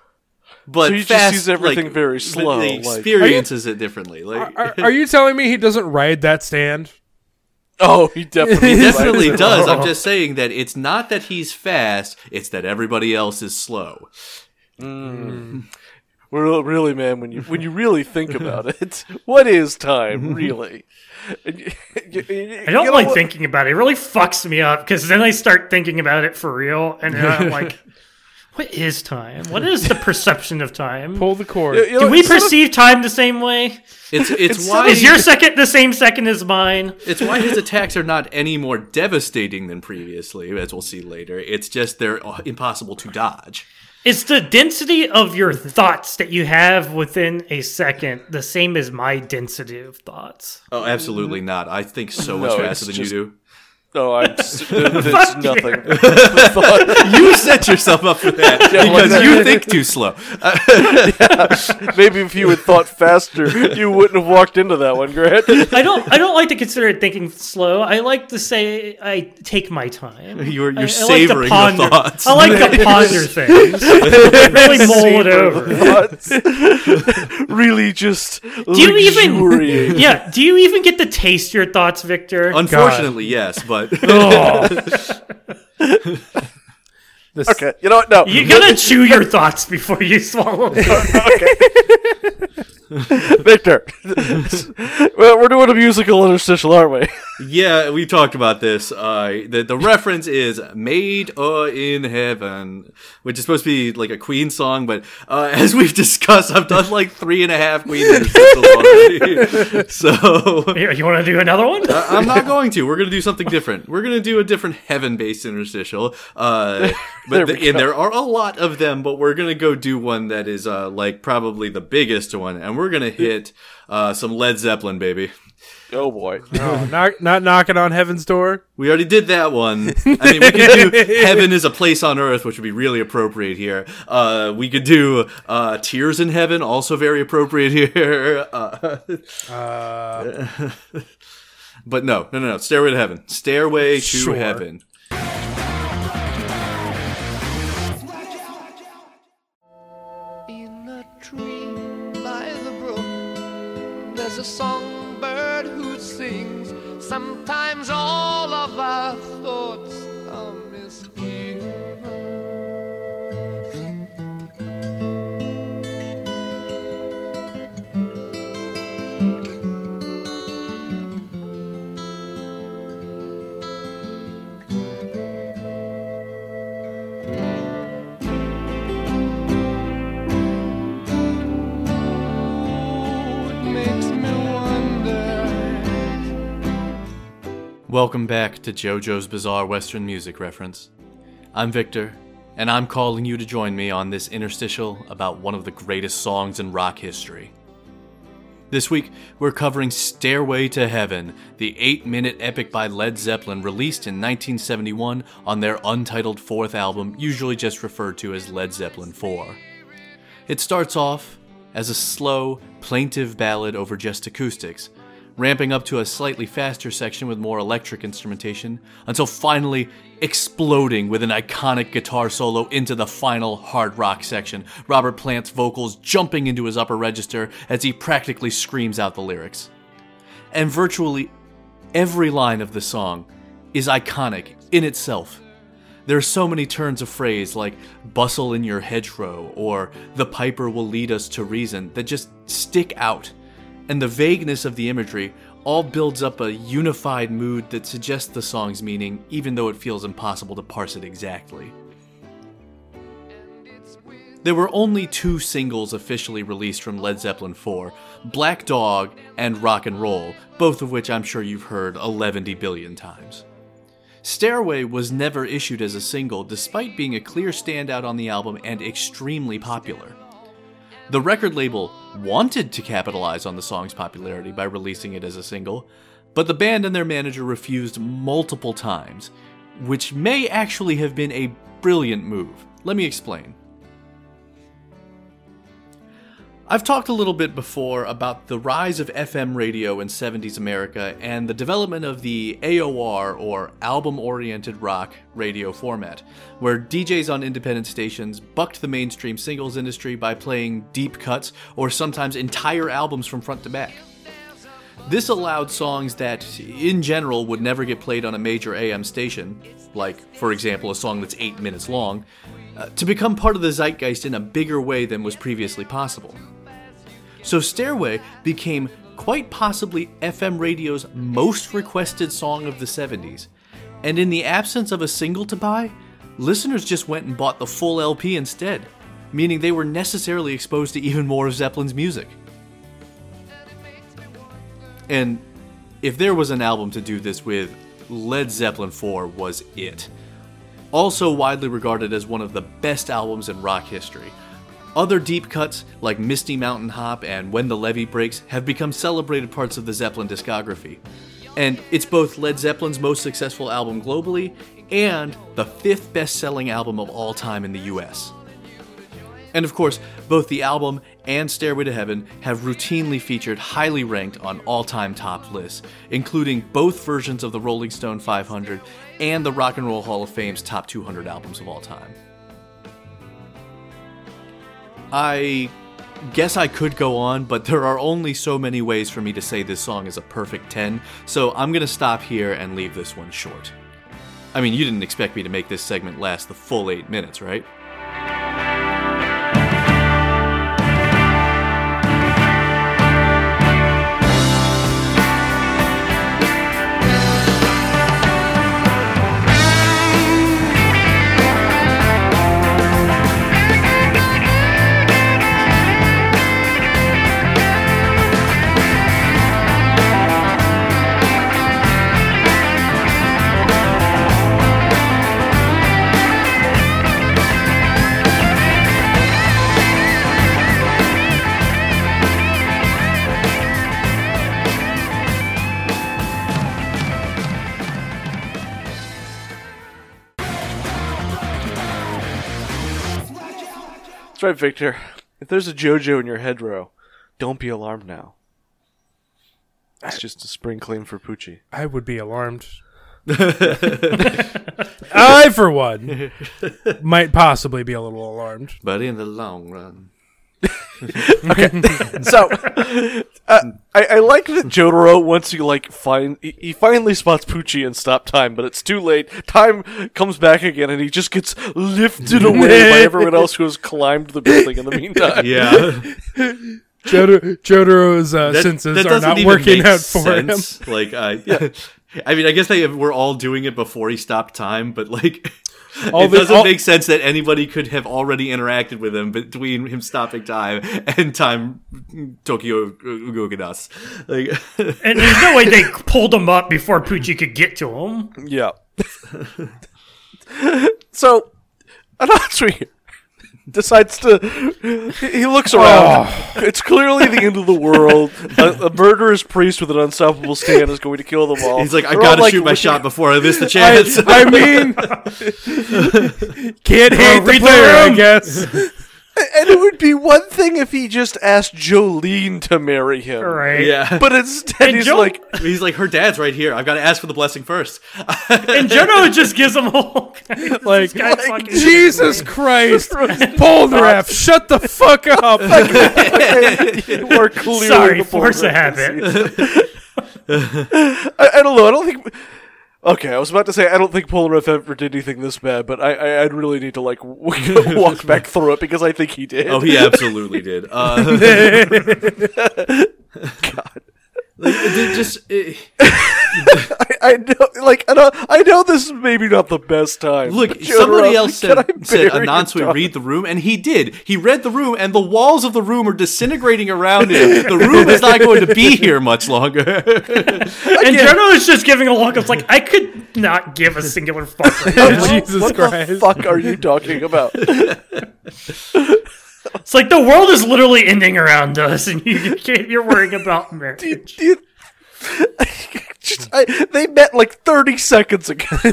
D: but
B: So he just
D: fast,
B: sees everything
D: like,
B: very
D: but
B: slow,
D: He
B: like-
D: experiences it differently. Like
C: Are, are you telling me he doesn't ride that stand?
B: oh, he definitely
D: he definitely does. I'm just saying that it's not that he's fast; it's that everybody else is slow.
B: Well, really, man, when you when you really think about it, what is time really?
E: Mm-hmm. I don't like thinking about it. It really fucks me up because then I start thinking about it for real, and then I'm like, "What is time? What is the perception of time?
C: Pull the cord.
E: Do we perceive time the same way?
D: It's it's,
B: It's
D: why
E: Is your second the same second as mine?
D: It's why his attacks are not any more devastating than previously, as we'll see later. It's just they're uh, impossible to dodge.
E: Is the density of your thoughts that you have within a second the same as my density of thoughts?
D: Oh, absolutely
E: Mm-hmm.
D: not. I think so much
B: No,
D: faster
B: it's
D: than
B: just-
D: you
B: No, I'm. s- There's nothing. Fuck.
D: do. You set yourself up for that because you think too slow.
B: Maybe if you had thought faster, you wouldn't have walked into that one, Grant.
E: I don't. I don't like to consider it thinking slow. I like to say I take my time.
D: You're- you're
E: I- I like to
D: savoring the
E: ponder-
D: thoughts.
E: I like to ponder things. really mull it over.
B: Thoughts. really, just
E: Do you even-
B: luxuriating.
E: Yeah. Do you even get to taste your thoughts,
D: Oh,
E: Victor? Oh,
D: Unfortunately, yes, but
C: This-
B: Okay, you know what? No,
E: you gotta chew your thoughts before you swallow them.
B: Victor. well, we're doing a musical interstitial, aren't we?
D: yeah, we talked about this. Uh, the the reference is "Made uh, in Heaven," which is supposed to be like a Queen song, but uh, as we've discussed, I've done like three and a half Queen interstitials already. So
E: Here, you want to do another one?
D: I- I'm not going to. We're going to do something different. We're going to do a different heaven-based interstitial. Uh, but
B: There
D: the,
B: we
D: and
B: go.
D: there are a lot of them, but we're going to go do one that is uh, like probably the biggest one, and we're going to hit uh, some Led Zeppelin, baby.
B: Oh boy.
C: Oh, not not knocking on heaven's door.
D: We already did that one. I mean, we could do "Heaven is a Place on Earth," which would be really appropriate here. Uh, we could do uh, "Tears in Heaven," also very appropriate here. Uh,
B: Uh,
D: but no, no, no, no. Stairway to Heaven. Stairway to
C: Sure.
D: Heaven.
F: In a tree by the brook, there's a songbird who sings. Sometimes all of our thoughts are misgiven.
A: Thank
D: Welcome back to JoJo's Bizarre Western Music Reference. I'm Victor, and I'm calling you to join me on this interstitial about one of the greatest songs in rock history. This week, we're covering Stairway to Heaven, the eight minute epic by Led Zeppelin released in 1971 on their untitled fourth album, usually just referred to as Led Zeppelin 4. It starts off as a slow, plaintive ballad over just acoustics, ramping up to a slightly faster section with more electric instrumentation, until finally exploding with an iconic guitar solo into the final hard rock section. Robert Plant's vocals jumping into his upper register as he practically screams out the lyrics. And virtually every line of the song is iconic in itself. There are so many turns of phrase like bustle in your hedgerow or the piper will lead us to reason that just stick out. And the vagueness of the imagery all builds up a unified mood that suggests the song's meaning, even though it feels impossible to parse it exactly. There were only two singles officially released from Led Zeppelin 4 Black Dog and Rock and Roll, both of which I'm sure you've heard 11 billion times. Stairway was never issued as a single, despite being a clear standout on the album and extremely popular. The record label wanted to capitalize on the song's popularity by releasing it as a single, but the band and their manager refused multiple times, which may actually have been a brilliant move. Let me explain. I've talked a little bit before about the rise of FM radio in 70s America and the development of the AOR or album oriented rock radio format, where DJs on independent stations bucked the mainstream singles industry by playing deep cuts or sometimes entire albums from front to back. This allowed songs that, in general, would never get played on a major AM station, like, for example, a song that's eight minutes long, uh, to become part of the zeitgeist in a bigger way than was previously possible. So Stairway became quite possibly FM radio's most requested song of the 70s. And in the absence of a single to buy, listeners just went and bought the full LP instead, meaning they were necessarily exposed to even more of Zeppelin's music. And if there was an album to do this with, Led Zeppelin 4 was it. Also widely regarded as one of the best albums in rock history. Other deep cuts, like Misty Mountain Hop and When the Levee Breaks, have become celebrated parts of the Zeppelin discography. And it's both Led Zeppelin's most successful album globally and the fifth best selling album of all time in the US. And of course, both the album and Stairway to Heaven have routinely featured highly ranked on all time top lists, including both versions of the Rolling Stone 500 and the Rock and Roll Hall of Fame's top 200 albums of all time. I guess I could go on, but there are only so many ways for me to say this song is a perfect 10, so I'm gonna stop here and leave this one short. I mean, you didn't expect me to make this segment last the full eight minutes, right?
B: That's right, Victor. If there's a JoJo in your hedgerow, don't be alarmed now. It's just a spring clean for Poochie.
C: I would be alarmed. I, for one, might possibly be a little alarmed.
D: But in the long run.
B: So, uh, I, I like that Jotaro once you like find he, he finally spots Poochie and stop time, but it's too late. Time comes back again, and he just gets lifted away by everyone else who has climbed the building in the meantime.
D: Yeah.
C: Jotaro, Jotaro's uh, senses are
D: doesn't
C: not
D: even
C: working
D: make uh,
C: out for him.
D: sense. Like I, I mean, I guess they were all doing it before he stopped time, but like
C: All
D: it
C: the-
D: doesn't
C: all-
D: make sense that anybody could have already interacted with him between him stopping time and time Tokyo Ugogadas. Like,
E: And there's no way they pulled him up before Poochie could get to him.
B: Yeah. so, Anatri decides to. He he looks around. Oh. It's clearly the end of the world. A, a murderous priest with an unstoppable stand is going to kill them all.
D: he's like, I
B: They're all,
D: gotta shoot my
B: looking-
D: shot before I miss the
C: I,
D: chance.
C: I mean, can't hate the
E: read the
C: player, I
E: room.
C: guess.
B: And it would be one thing if he just asked Jolene to marry him.
E: Right.
D: yeah.
B: But instead,
E: And
B: he's
E: Jol-
B: like,
D: He's like, her dad's right here. I've got to ask for the blessing first.
E: And Jono just gives him a whole
C: Like,
E: guy's fucking-
C: Jesus Christ, Polnareff, shut the fuck up.
B: you are clearly
E: Sorry,
B: the
E: force a
B: bulldog."
E: habit.
B: I, I don't know. I don't think. Okay, I was about to say I don't think Polnareff ever did anything this bad, but I, I I'd really need to like walk back through it because I think he did.
D: Oh, he absolutely did. Uh, God, like, it did just it-
B: I, I know, like I know, I know this is maybe not the best time.
D: look.
B: but
D: somebody
B: Jotaro,
D: else
B: can
D: said,
B: I
D: said
B: bury your
D: Anansue
B: dog?"
D: read the room, and he did. He read the room, and the walls of the room are disintegrating around him. The room is not going to be here much longer.
E: And Jono is just giving a look. It's like I could not give a singular fuck. Right now.
C: Jesus
B: What the
C: Christ.
B: fuck are you talking about?
E: It's like the world is literally ending around us, and you can't, you're worrying about marriage.
B: You- Just- I- they met like thirty seconds ago.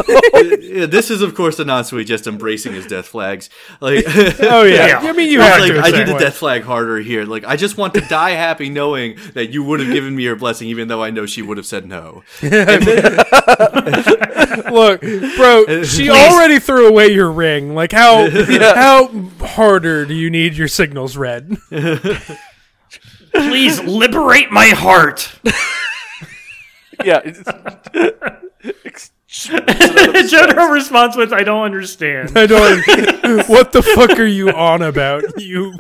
D: Yeah, this is, of course, Anansue just embracing his death flags. Like,
C: Oh, yeah.
E: Yeah.
C: I mean, you
E: It's
C: have
D: like
C: to. at
D: I
C: some
D: need the
C: point.
D: death flag harder here. Like I just want to die happy knowing that you would have given me your blessing, even though I know she would have said no.
C: Look, bro, she already threw away your ring. Like, how how harder do you need your signals read?
E: Please liberate my heart.
B: yeah. it's-
E: Jono responds with, "I don't understand.
C: I don't. what the fuck are you on about? You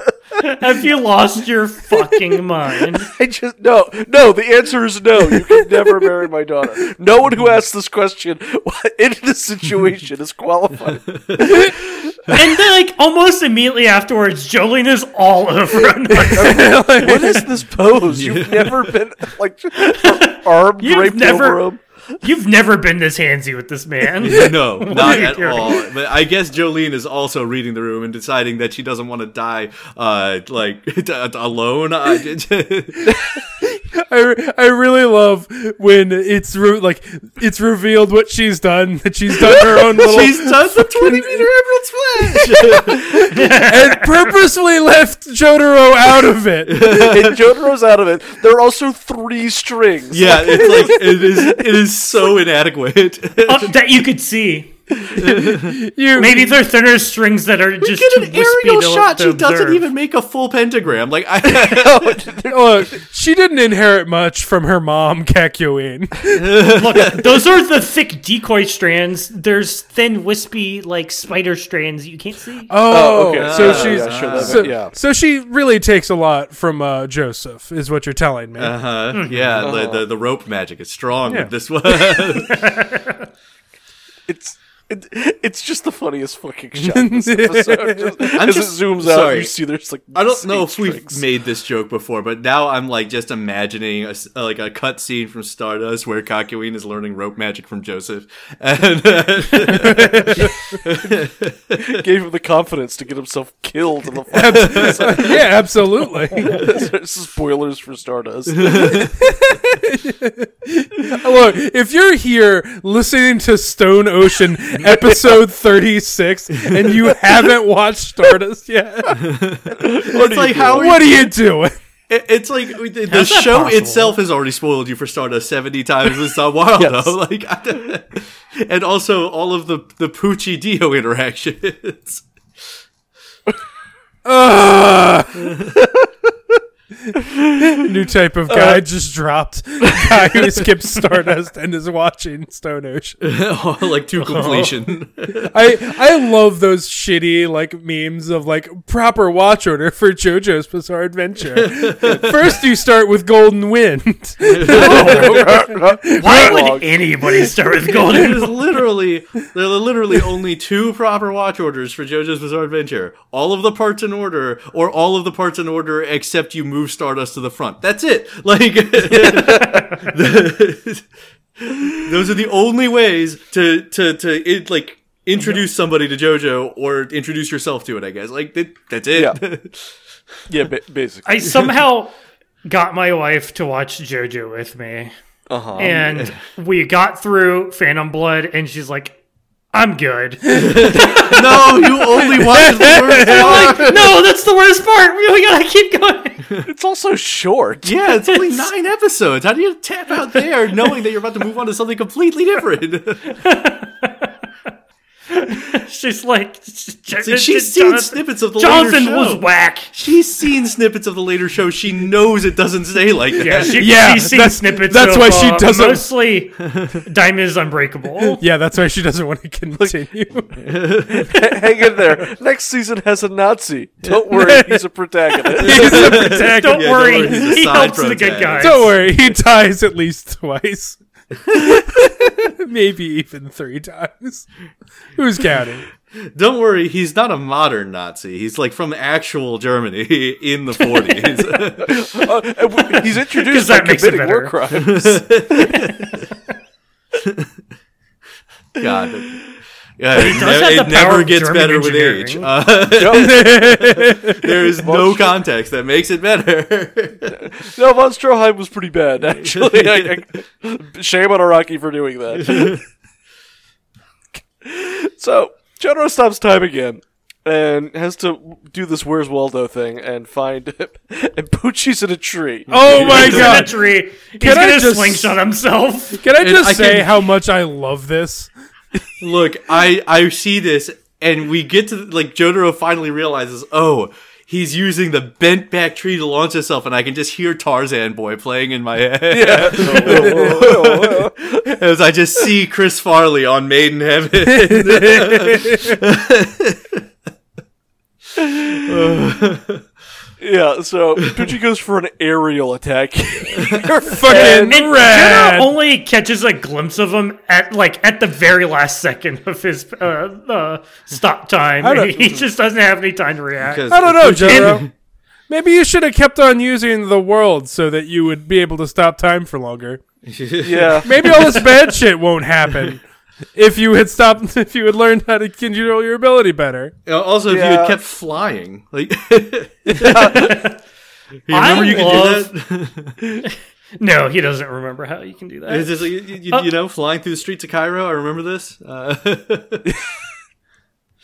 E: Have you lost your fucking mind?"
B: I just no, no. The answer is no. You can never marry my daughter. No one who asks this question in this situation is qualified.
E: And then, like almost immediately afterwards, Jolene is all over. Anansi.
B: What is this pose? You've never been like her arm
E: You've
B: draped
E: never-
B: over him.
E: You've never been this handsy with this man.
D: No, not
E: are you
D: at
E: doing?
D: all. But I guess Jolene is also reading the room and deciding that she doesn't want to die uh, like d- alone. I-
C: I, I really love when it's re- like it's revealed what she's done that she's done her own little
D: She's done the twenty meter emerald splash.
C: and purposefully left Jotaro out of it.
B: And Jotaro's out of it. There are also three strings.
D: yeah, it's like it is. It is so inadequate.
E: Oh, that you could see.
C: You
E: Maybe they're thinner strings that are just
D: Get
E: too
D: an
E: wispy
D: aerial
E: to,
D: shot.
E: to
D: She doesn't
E: observe.
D: even make a full pentagram. Like I.
C: look, Oh, she didn't inherit much from her mom Kakyoin.
E: Look, those are the thick decoy strands. There's thin, wispy, like spider strands you can't see.
C: Oh,
B: okay.
C: so
B: Yeah,
C: she's
B: yeah, sure, that
C: so,
B: bit, yeah.
C: so she really takes a lot from uh, Joseph is what you're telling me.
D: Uh, yeah, the, the the rope magic is strong
C: Yeah.
D: with this one.
B: It's it, it's just the funniest fucking shot. in This episode. Just, as
D: just-
B: it zooms out,
D: sorry.
B: you see there's like
D: I don't
B: eight
D: know if we've
B: strings.
D: made this joke before, but now I'm like just imagining a s like a cut scene from Stardust where Kakyoin is learning rope magic from Joseph, and uh,
B: gave him the confidence to get himself killed in the
C: yeah, absolutely.
B: this is spoilers for Stardust.
C: Look, if you're here listening to Stone Ocean episode 36 and you haven't watched Stardust yet,
D: it's like how
C: what are you doing?
D: it- it's like the, the
E: How's that
D: show
E: possible?
D: itself has already spoiled you for Stardust seventy times with Star Wild, though. Like, I- and also all of the the Poochie Dio interactions.
C: Ugh. new type of guy just dropped. Guy who skips Stardust and is watching Stone Ocean.
D: like to completion.
C: I I love those shitty like memes of like proper watch order for JoJo's Bizarre Adventure. First, you start with Golden Wind.
E: Why would anybody start with golden?
D: There's literally there are literally only two proper watch orders for JoJo's Bizarre Adventure. All of the parts in order, or all of the parts in order except you move Stardust to the front. That's it. Like those are the only ways to to to it, like introduce somebody to JoJo or introduce yourself to it. I guess like that, that's it.
B: Yeah. yeah, ba- basically.
E: I somehow got my wife to watch JoJo with me. Uh-huh. And we got through Phantom Blood, and she's like, I'm good.
D: no, you only watch the first
E: I'm
D: part.
E: like, no, that's the worst part. Oh We we gotta keep going.
B: It's also short.
D: Yeah, it's only nine episodes. How do you tap out there knowing that you're about to move on to something completely different?
E: She's like,
D: See, she's seen snippets of the later
E: Jonathan
D: show.
E: was whack.
D: She's seen snippets of the later show. She knows it doesn't stay like that.
E: Yeah, she,
C: Yeah,
E: she's seen
C: that's-
E: snippets.
C: that's
E: of,
C: why she
E: uh,
C: doesn't-
E: Mostly, Diamond is unbreakable.
C: yeah, that's why she doesn't want to continue.
B: Hang in there. Next season has a Nazi. Don't worry, he's a protagonist.
C: He's a protagonist.
E: Don't
D: Yeah,
E: worry,
D: don't worry, he's a
E: he
D: side
E: helps the good
D: protagonist.
E: guys.
C: Don't worry, he dies at least twice. Maybe even three times. Who's counting?
D: Don't worry, he's not a modern Nazi. He's like from actual Germany in the 40s.
B: Uh, w- he's introduced
E: 'Cause
B: by
E: that makes it
B: committing war crimes.
D: God. Yeah, it,
E: does
D: ne- it
E: have the power
D: never
E: of
D: gets
E: German
D: better with
E: engineering.
D: age. Uh, there is no context that makes it better.
B: No, von Stroheim was pretty bad, actually. I, I, shame on Araki for doing that. so, Jotaro stops time again and has to do this Where's Waldo thing and find and Poochie's in a tree.
C: Oh my
E: He's in a
C: god.
E: tree. He's
C: I
E: gonna
C: just-
E: slingshot himself.
C: Can I
D: And
C: just
D: I
C: say
D: can-
C: how much I love this?
D: Look, I I see this, and we get to like Jotaro finally realizes, oh, he's using the bent back tree to launch himself, and I can just hear Tarzan boy playing in my head as I just see Chris Farley on Made in Heaven.
B: yeah, so Poochie goes for an aerial attack.
C: You're fucking
E: And
C: rad.
E: Jenna only catches a glimpse of him at like at the very last second of his uh, uh, stop time.
C: I don't-
E: he just doesn't have any time to react.
C: I don't know, Jero. Maybe you should have kept on using the world so that you would be able to stop time for longer.
B: yeah.
C: Maybe all this bad shit won't happen if you had stopped. If you had learned how to control your ability better.
D: Uh, Also, if you
B: Yeah.
D: had kept flying, like, you remember you
E: love-
D: could do that.
E: No, he doesn't remember how you can do that.
D: It's just like, you, you- you know, flying through the streets of Cairo. I remember this. Uh,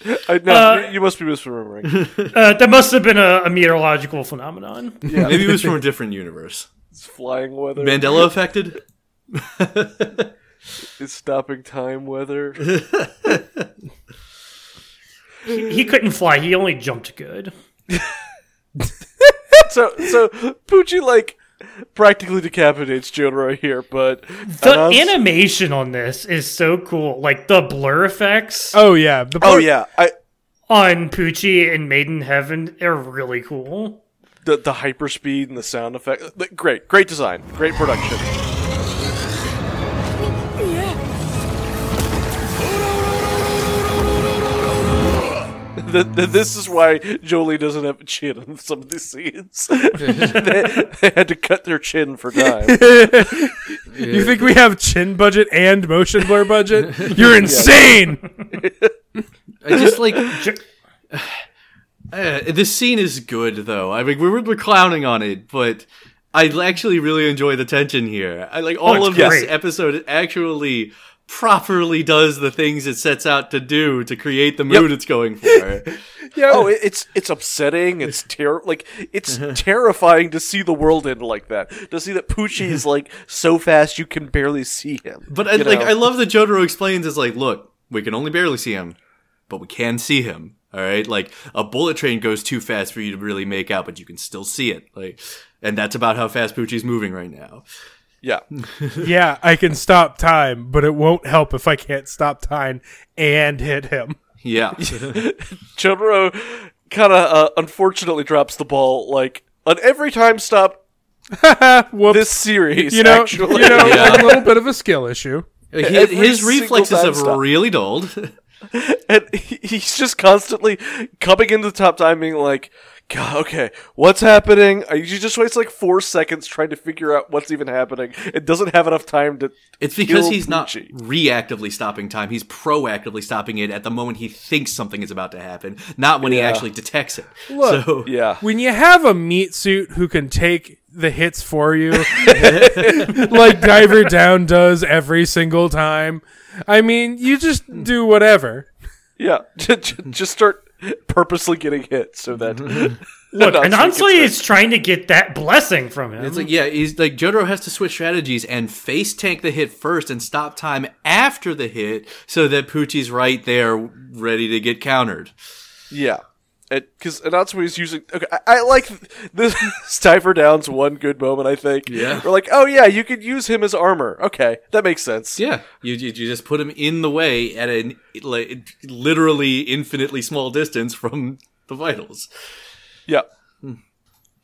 B: I, no,
E: Uh,
B: you, you must be misremembering.
E: Uh, that must have been a, a meteorological phenomenon.
D: Maybe it was from a different universe.
B: It's flying weather.
D: Mandela affected.
B: It's stopping time weather.
E: he couldn't fly. He only jumped good.
B: So so Poochie like practically decapitates Jotaro here, but
E: The
B: allows-
E: animation on this is so cool. Like the blur effects
C: Oh yeah. The
B: Oh
C: part-
B: yeah, I
E: on Poochie and Maiden Heaven are really cool.
B: the the hyper speed and the sound effect. the- Great, great design, great production. The, the- this is why Jolie doesn't have a chin in some of these scenes. they, they had to cut their chin for time.
C: You think we have chin budget and motion blur budget? You're insane.
D: I just like
E: J-
D: Uh, this scene is good though. I mean, we were, we're clowning on it, but I actually really enjoy the tension here. I like all
E: it's
D: of this
E: great.
D: episode actually properly does the things it sets out to do to create the mood it's going for.
B: Oh, it, it's it's upsetting. It's ter- like it's terrifying to see the world in like that. To see that Poochie is like so fast you can barely see him.
D: But I,
B: you
D: like,
B: know?
D: I love that Jotaro explains is like, look, we can only barely see him, but we can see him. All right, like a bullet train goes too fast for you to really make out, but you can still see it. Like, and that's about how fast Poochie's moving right now.
B: Yeah.
C: Yeah, I can stop time, but it won't help if I can't stop time and hit him.
D: Yeah,
B: Jotaro kind of uh, unfortunately drops the ball like on every time stop
C: Whoops.
B: this series.
C: you know,
B: actually.
C: you know,
D: Yeah.
C: a little bit of a skill issue.
D: Like, his,
B: Every
D: his
B: single
D: reflexes
B: time
D: have
B: stop.
D: really dulled.
B: and he, he's just constantly coming into the top time, being like, God, okay, what's happening? Uh, He just waits like four seconds trying to figure out what's even happening. It doesn't have enough time to.
D: It's because
B: kill
D: he's not
B: Poochie.
D: reactively stopping time. He's proactively stopping it at the moment he thinks something is about to happen, not when he actually detects it.
C: Look.
D: so,
B: Yeah.
C: When you have a meat suit who can take the hits for you, like Diver Down does every single time, I mean, you just do whatever.
B: Yeah. J- j- just start purposely getting hit so that.
E: Look,
B: No,
E: and
B: so he
E: honestly,
B: gets hurt.
E: it's trying to get that blessing from him.
D: It's like yeah, he's like Jotaro has to switch strategies and face tank the hit first and stop time after the hit so that Poochie's right there ready to get countered.
B: Yeah. Because Anatsumi is using. Okay, I, I like this. Stifer Down's one good moment, I think.
D: Yeah.
B: We're like, oh, yeah, you could use him as armor. Okay, that makes sense.
D: Yeah, you, you you just put him in the way at an like literally infinitely small distance from the vitals.
B: Yeah.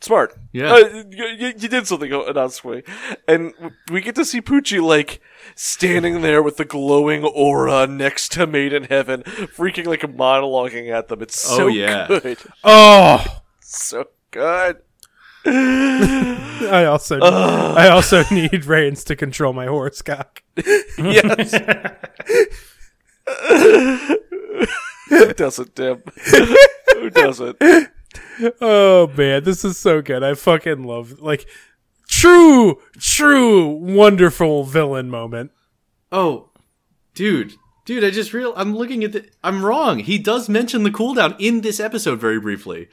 B: Smart.
D: Hmm. Yeah.
B: Uh, you, you you did something announced way. And w- we get to see Poochie, like, standing there with the glowing aura next to Made in Heaven, freaking, like, monologuing at them. It's so
D: Oh, yeah.
B: good.
C: Oh,
B: So good.
C: I also I also need reins to control my horse cock.
B: Yes. Who doesn't, Tim? Who doesn't?
C: Oh man, this is so good. I fucking love like true, true, wonderful villain moment.
D: Oh, dude, dude, I just real I'm looking at the I'm wrong. He does mention the cooldown in this episode very briefly.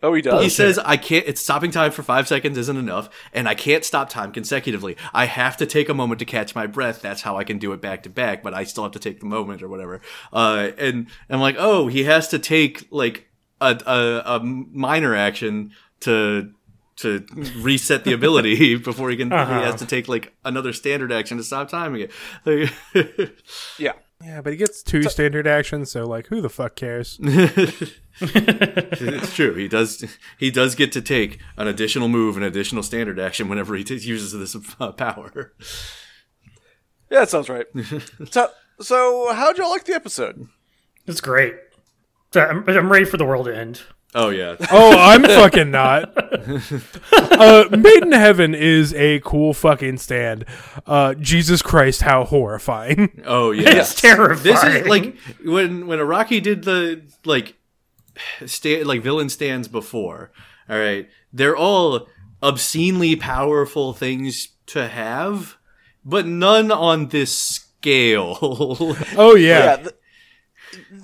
B: Oh, he
D: He
B: does.
D: says I can't it's stopping time for 5 seconds isn't enough and I can't stop time consecutively. I have to take a moment to catch my breath. That's how I can do it back to back, but I still have to take the moment or whatever. Uh and I'm like, "Oh, he has to take like a a, a minor action to to reset the ability before he can he has to take like another standard action to stop timing it. Like-
B: Yeah.
C: Yeah, but he gets two standard actions, so like who the fuck cares?
D: It's true. He does. He does get to take an additional move, an additional standard action whenever he t- uses this uh, power.
B: Yeah, that sounds right. so, so, how'd y'all like the episode?
E: It's great. So I'm, I'm ready for the world to end.
D: Oh yeah.
C: Oh, I'm fucking not. Uh, Made in Heaven is a cool fucking stand. Uh, Jesus Christ, how horrifying!
D: Oh yeah.
E: It's terrifying.
D: This is like when when Iraqi did the like sta- like villain stands before. All right, they're all obscenely powerful things to have, but none on this scale.
C: Oh yeah,
B: yeah. th-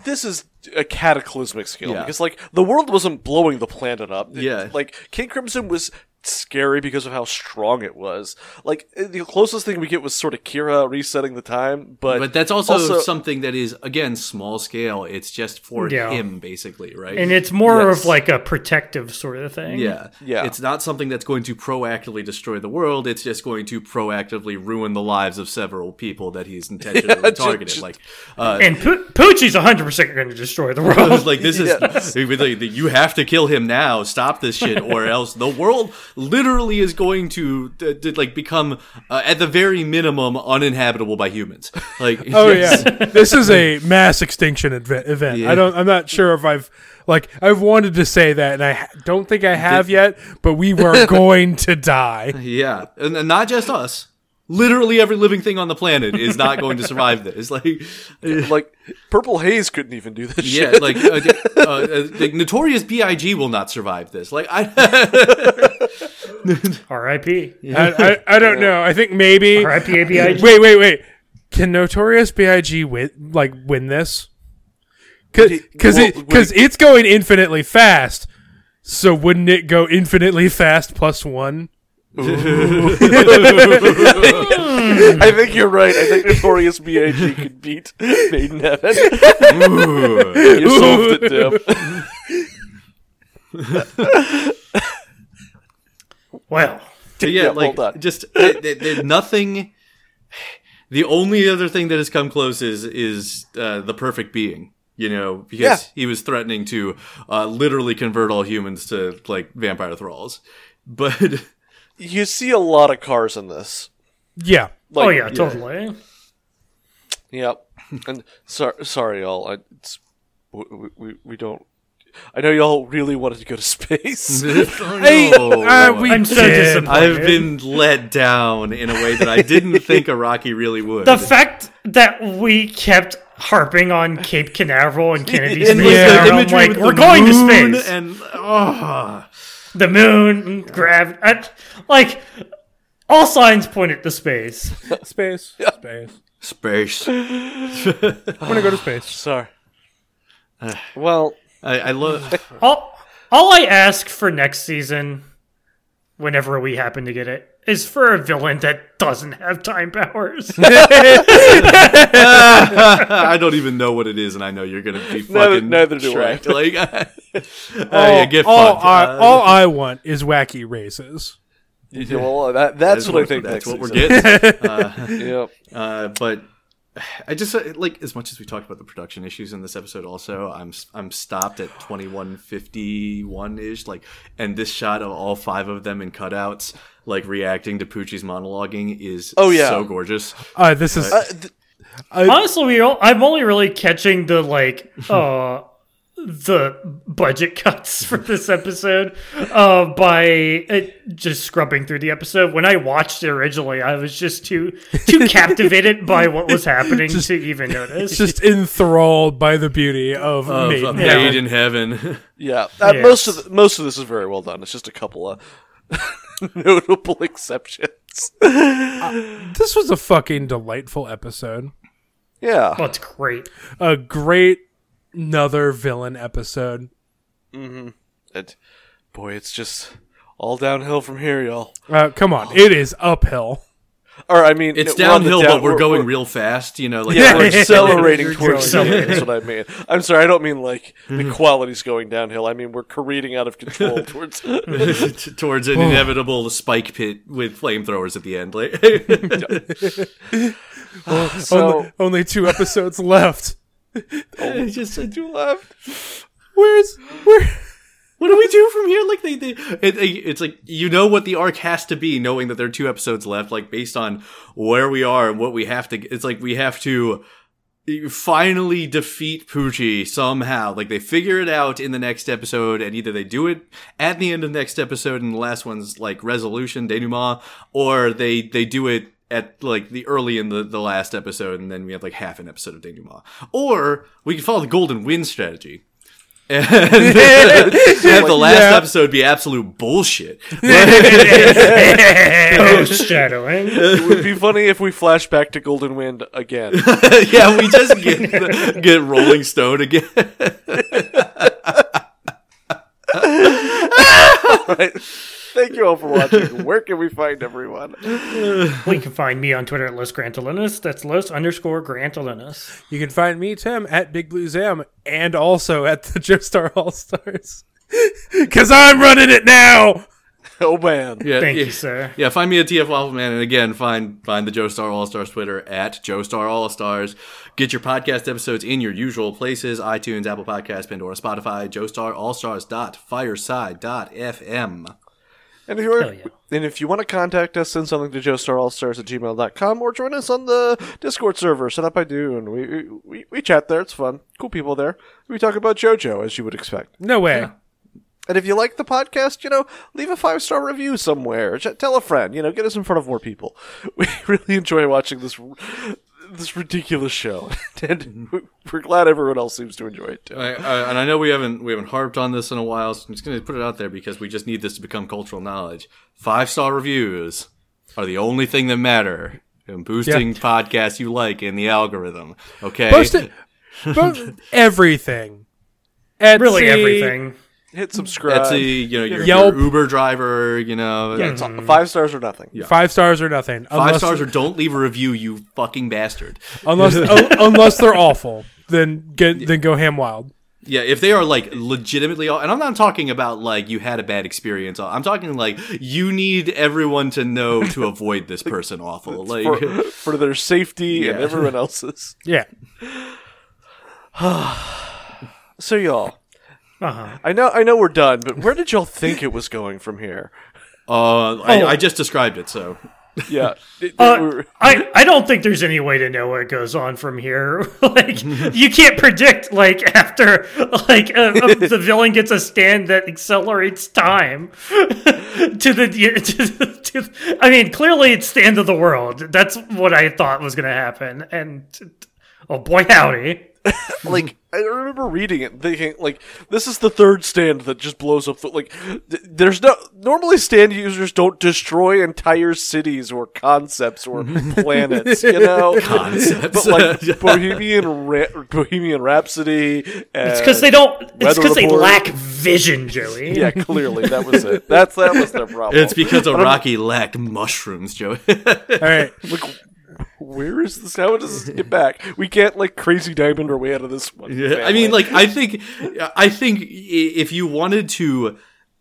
B: this is a cataclysmic scale
D: Yeah.
B: because like the world wasn't blowing the planet up. It-
D: Yeah.
B: like King Crimson was scary because of how strong it was. Like uh, the closest thing we get was sort of Kira resetting the time, but
D: but that's also,
B: Also-
D: something that is again small scale. It's just for
E: Yeah.
D: him, basically, right?
E: and it's more
B: Yes.
E: of like a protective sort of thing.
D: Yeah.
B: Yeah.
D: It's not something that's going to proactively destroy the world. It's just going to proactively ruin the lives of several people that he's intentionally
B: just-
D: targeted.
B: just-
D: like, uh,
E: And Poo- Poochie's 100% going to destroy the
D: I was
E: world.
D: like, this is, it was like, you have to kill him now. Stop this shit, or else the world literally is going to, d- d- like, become, uh, at the very minimum, uninhabitable by humans. Like,
C: oh yeah. This is a mass extinction event. event.
D: Yeah.
C: I don't. I'm not sure if I've like I've wanted to say that, and I ha- don't think I have yet. But we were going to die.
D: Yeah, and, and not just us. Literally every living thing on the planet is not going to survive this. Like,
B: like Purple Haze couldn't even do this.
D: yeah,
B: shit.
D: like, uh, uh, uh, like notorious Big will not survive this. Like, I
E: R.I.P.
C: I, I, I don't know. I think maybe.
E: R.I.P. ABIG.
C: Wait, wait, wait. Can Notorious B.I.G. win? Like win this? Because
B: well, would
C: because it's going infinitely fast. So wouldn't it go infinitely fast plus one?
B: I think you're right. I think Notorious B.I.G. could beat Maidenhead. you solved it, Deb.
E: Well, oh
D: But yeah,
B: Yeah,
D: like
B: hold on.
D: just they- they- they- nothing. The only other thing that has come close is is uh, the perfect being. You know, because
B: Yeah.
D: he was threatening to uh, literally convert all humans to like vampire thralls. But
B: You see a lot of cars in this.
C: Yeah.
B: Like,
E: oh yeah, totally.
B: Yep. And sorry, sorry, y'all. I, it's, we, we, we don't. I know y'all really wanted to go to space.
D: Oh,
C: Uh,
D: no.
C: we
E: I'm so
C: did.
E: disappointed.
D: I've been let down in a way that I didn't think Iraqi really would.
E: The fact that we kept harping on Cape Canaveral and Kennedy's
D: And,
E: Space
D: like, the
E: Center, I'm
D: imagery
E: like,
D: with
E: we're
D: the
E: going to
D: moon
E: space.
D: and oh,
E: the moon, grav, I, like all signs pointed to space.
C: Space. Space.
D: space.
C: I'm gonna go to space.
B: sorry. Well,
D: I, I love.
E: All, all I ask for next season, whenever we happen to get it, is for a villain that doesn't have time powers.
D: I don't even know what it is, and I know you're gonna be fucking
B: Neither- neither do I.
D: tracked. Like, I, yeah, get
C: all,
D: fucked.
C: I,
D: Uh,
C: all I want is wacky races.
B: you well that, that's, what, I think. next
D: That's what we're
B: season.
D: getting.
B: Yep.
D: uh, but I just uh, like as much as we talked about the production issues in this episode. Also, I'm I'm stopped at 2151 ish. Like, and this shot of all five of them in cutouts, like reacting to Poochie's monologuing, is
B: Oh, yeah.
D: so gorgeous.
C: Uh, this is
B: Uh, th-
E: Honestly, we all, I'm only really catching the like uh the budget cuts for this episode uh by uh, just scrubbing through the episode. When I watched it originally, I was just too too captivated by what was happening to even notice.
C: just enthralled by the beauty of,
D: Of,
C: Maiden.
D: uh,
E: Yeah.
D: Made in heaven.
B: yeah. Uh,
E: Yes.
B: Most of the, most of this is very well done. It's just a couple of notable exceptions.
C: This was a fucking delightful episode.
B: Yeah.
E: oh, it's great.
C: A great another villain episode.
B: It, boy, it's just all downhill from here, y'all.
C: Uh, come on, it is uphill.
B: Or I mean,
D: It's
B: no, we're on the
D: downhill,
B: down-
D: but we're, going real fast. You know, like
B: Yeah, we're
D: we're-
B: accelerating towards the
E: accelerating.
B: end. That's what I mean. I'm sorry, I don't mean like
D: Mm-hmm.
B: the quality's going downhill. I mean we're careening out of control towards.
D: Oh t- towards an inevitable spike pit with flamethrowers at the end. Like,
B: so
C: only, only two episodes left.
D: just
B: you left.
C: Oh. Where's where?
D: what do we do from here? Like they, they it, it- it's like you know what the arc has to be, knowing that there are two episodes left. Like based on where we are and what we have to, it's like we have to finally defeat Poochie somehow. Like they figure it out in the next episode, and either they do it at the end of the next episode, and the last one's like resolution denouement, or they they do it at like the early in the, the last episode, and then we have like half an episode of denouement, or we can follow the golden win strategy. and have the last
C: Yeah.
D: episode be absolute bullshit.
E: Shadowing.
B: It would be funny if we flash back to Golden Wind again.
D: yeah, we just get the- get Rolling Stone again.
B: Thank you all for watching. Where can we find everyone?
E: you can find me on Twitter at Los Grantalinas. That's Los underscore Grantalinas.
C: You can find me Tim at Big Blue Zam and also at the Joe Star All Stars. Cause I'm running it now.
B: Oh man.
D: Yeah,
E: Thank
D: Uh, yeah.
E: you, sir.
D: Yeah, find me at TF Waffleman, and again, find find the Joe Star All Stars Twitter at Joe Star All Stars. Get your podcast episodes in your usual places: iTunes, Apple Podcasts, Pandora, Spotify, Joe Star All Stars dot Fireside dot FM.
B: And if, you're,
E: Hell yeah.
B: and if you want to contact us, send something to joestarallstars at gmail.com or join us on the Discord server set up by Dune. We, we, we chat there. It's fun. Cool people there. We talk about JoJo, as you would expect.
C: No way.
B: And if you like the podcast, you know, leave a five star review somewhere. J- Tell a friend. You know, get us in front of more people. We really enjoy watching this r- this ridiculous show, and we- we're glad everyone else seems to enjoy it too.
D: I, I, and I know we haven't we haven't harped on this in a while, so I'm just going to put it out there because we just need this to become cultural knowledge. Five star reviews are the only thing that matter in boosting podcasts you like in the algorithm. Okay,
C: Post it. Post everything. Etsy,
E: Really, everything.
B: Hit subscribe.
D: Etsy, you know, your,
C: Yelp.
D: your Uber driver, you know.
B: Uh, Yeah, it's all- five stars or nothing.
D: Yeah.
C: Five stars or nothing.
D: Five
C: unless,
D: stars or don't leave a review, you fucking bastard.
C: unless un- unless they're awful, then get then go ham wild.
D: Yeah, if they are like legitimately, all, and I'm not talking about like you had a bad experience. I'm talking like you need everyone to know to avoid this person awful. Like,
B: For, for their safety and
D: Yeah.
B: everyone else's.
C: Yeah.
B: So y'all,
E: Uh-huh.
B: I know I know we're done, but where did y'all think it was going from here?
D: uh,
B: Oh.
D: I, I just described it, so
B: Yeah. It-
E: Uh,
B: we're-
E: I, I don't think there's any way to know what goes on from here. like you can't predict like after like uh, uh, the villain gets a stand that accelerates time to the to, the- to the- I mean clearly it's the end of the world. That's what I thought was going to happen and oh boy howdy.
B: like I remember reading it, and thinking like this is the third stand that just blows up. The, like th- there's no normally stand users don't destroy entire cities or concepts or planets, you know.
D: concepts.
B: But like Bohemian Ra- Bohemian Rhapsody,
E: It's cuz they don't it's
B: Uh, weather
E: cuz they
B: report.
E: lack vision, Joey.
B: yeah, clearly that was it. That's that was their problem.
D: it's because Araki lacked mushrooms, Joe.
C: All right.
B: Where is this? How does this get back? We can't like crazy diamond our way out of this one.
D: I mean, like I think, I think i- if you wanted to,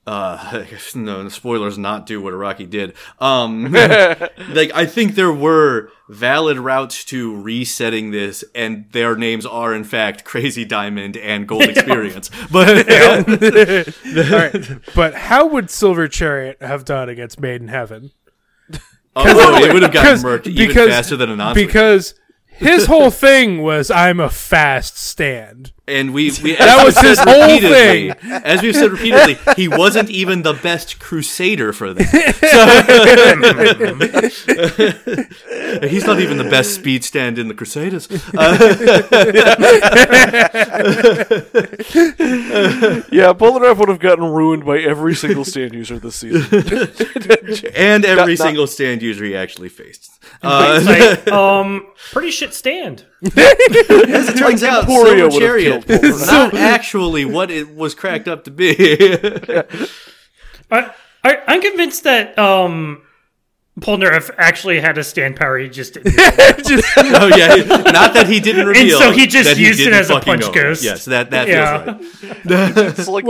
D: uh, no spoilers, not do what Iraqi did. Um, like I think there were valid routes to resetting this, and their names are in fact Crazy Diamond and Gold Experience. But
C: All right. But how would Silver Chariot have done against Made in Heaven?
D: oh, it would have gotten
C: 'Cause-
D: murked even
C: because-
D: faster than a non.
C: Because his whole thing was I'm a fast stand.
D: and we, we
C: That
D: as
C: was
D: we've
C: his
D: said
C: whole
D: repeatedly-
C: thing.
D: As we've said repeatedly, he wasn't even the best crusader for that. So- he's not even the best speed stand in the Crusaders. Uh,
B: yeah, Polnareff would have gotten ruined by every single stand user this season.
D: And every
B: Not- not-
D: single stand user he actually faced. Uh,
E: It's like um pretty shit stand.
D: As it turns out,
B: Emporia would
D: Silver
B: have
D: Chariot
B: killed
D: is not actually what it was cracked up to be.
E: I, I, I'm convinced that um, Polnareff actually had a stand power. He just didn't.
C: Just-
D: oh yeah, not that he didn't reveal.
E: so he just
D: that
E: used it
D: didn't
E: as a
D: fucking
E: punch
D: know it.
E: ghost.
D: Yes, that that
E: Yeah.
D: feels right.
B: It's like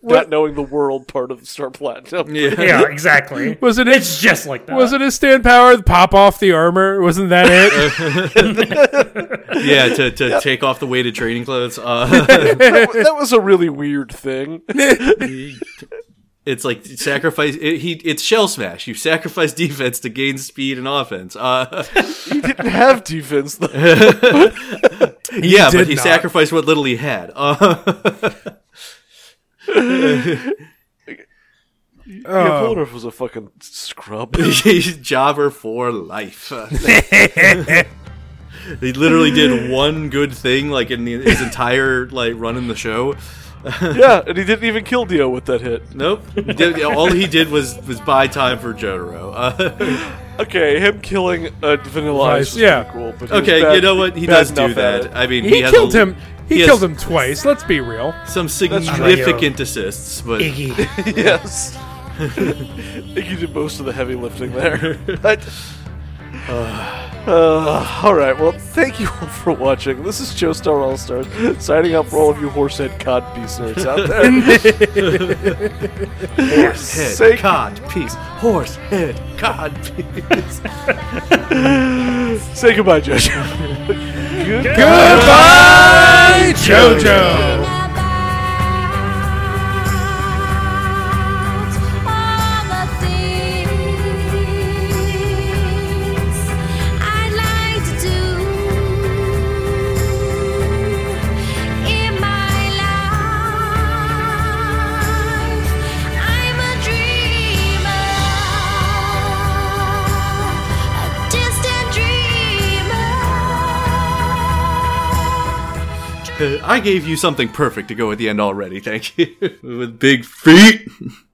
B: not knowing the world part of Star Platinum.
E: yeah, exactly.
C: was it his,
E: it's just like that.
C: was it his stand power to pop off the armor? Wasn't that it?
D: Yeah, to, to take off the weighted training clothes. Uh,
B: that, wa- that was a really weird thing.
D: it's like sacrifice. It, he it's shell smash. You sacrifice defense to gain speed and offense. Uh,
B: He didn't have defense. Though.
D: yeah, but
C: did
D: he
C: not.
D: sacrificed what little he had. Uh,
B: Yeah,
D: Oh.
B: Polnareff was a fucking scrub.
D: he's jobber for life. he literally did one good thing, like in the, his entire like run in the show.
B: yeah, and he didn't even kill Dio with that hit.
D: Nope. Did- all he did was was buy time for Jotaro. Uh,
B: Okay, him killing a Vanilla
C: Ice,
B: Ice was
C: yeah.
B: pretty cool. But he was
D: okay,
B: bad-
D: you know what? He
B: bad
D: does do
B: enough at
D: that. I mean,
C: he
D: has
C: killed
D: a-
C: him. He,
D: has
C: killed him twice. Let's be real.
D: Some
E: right.
D: significant assists, but
E: Iggy?
B: it. Yes. Iggy did most of the heavy lifting there. But, uh, all right, well, thank you all for watching. This is Joe Star All Stars signing up for all of you horsehead cod piece nerds out there.
D: head,
B: Say-
D: cod, piece, horse, head, cod, piece.
B: Say goodbye, Josh. Good.
C: Goodbye, JoJo.
A: About all the things I'd like to do in my life. I'm a dreamer, a distant dreamer.
D: I gave you something perfect to go at the end already. Thank you. With big feet.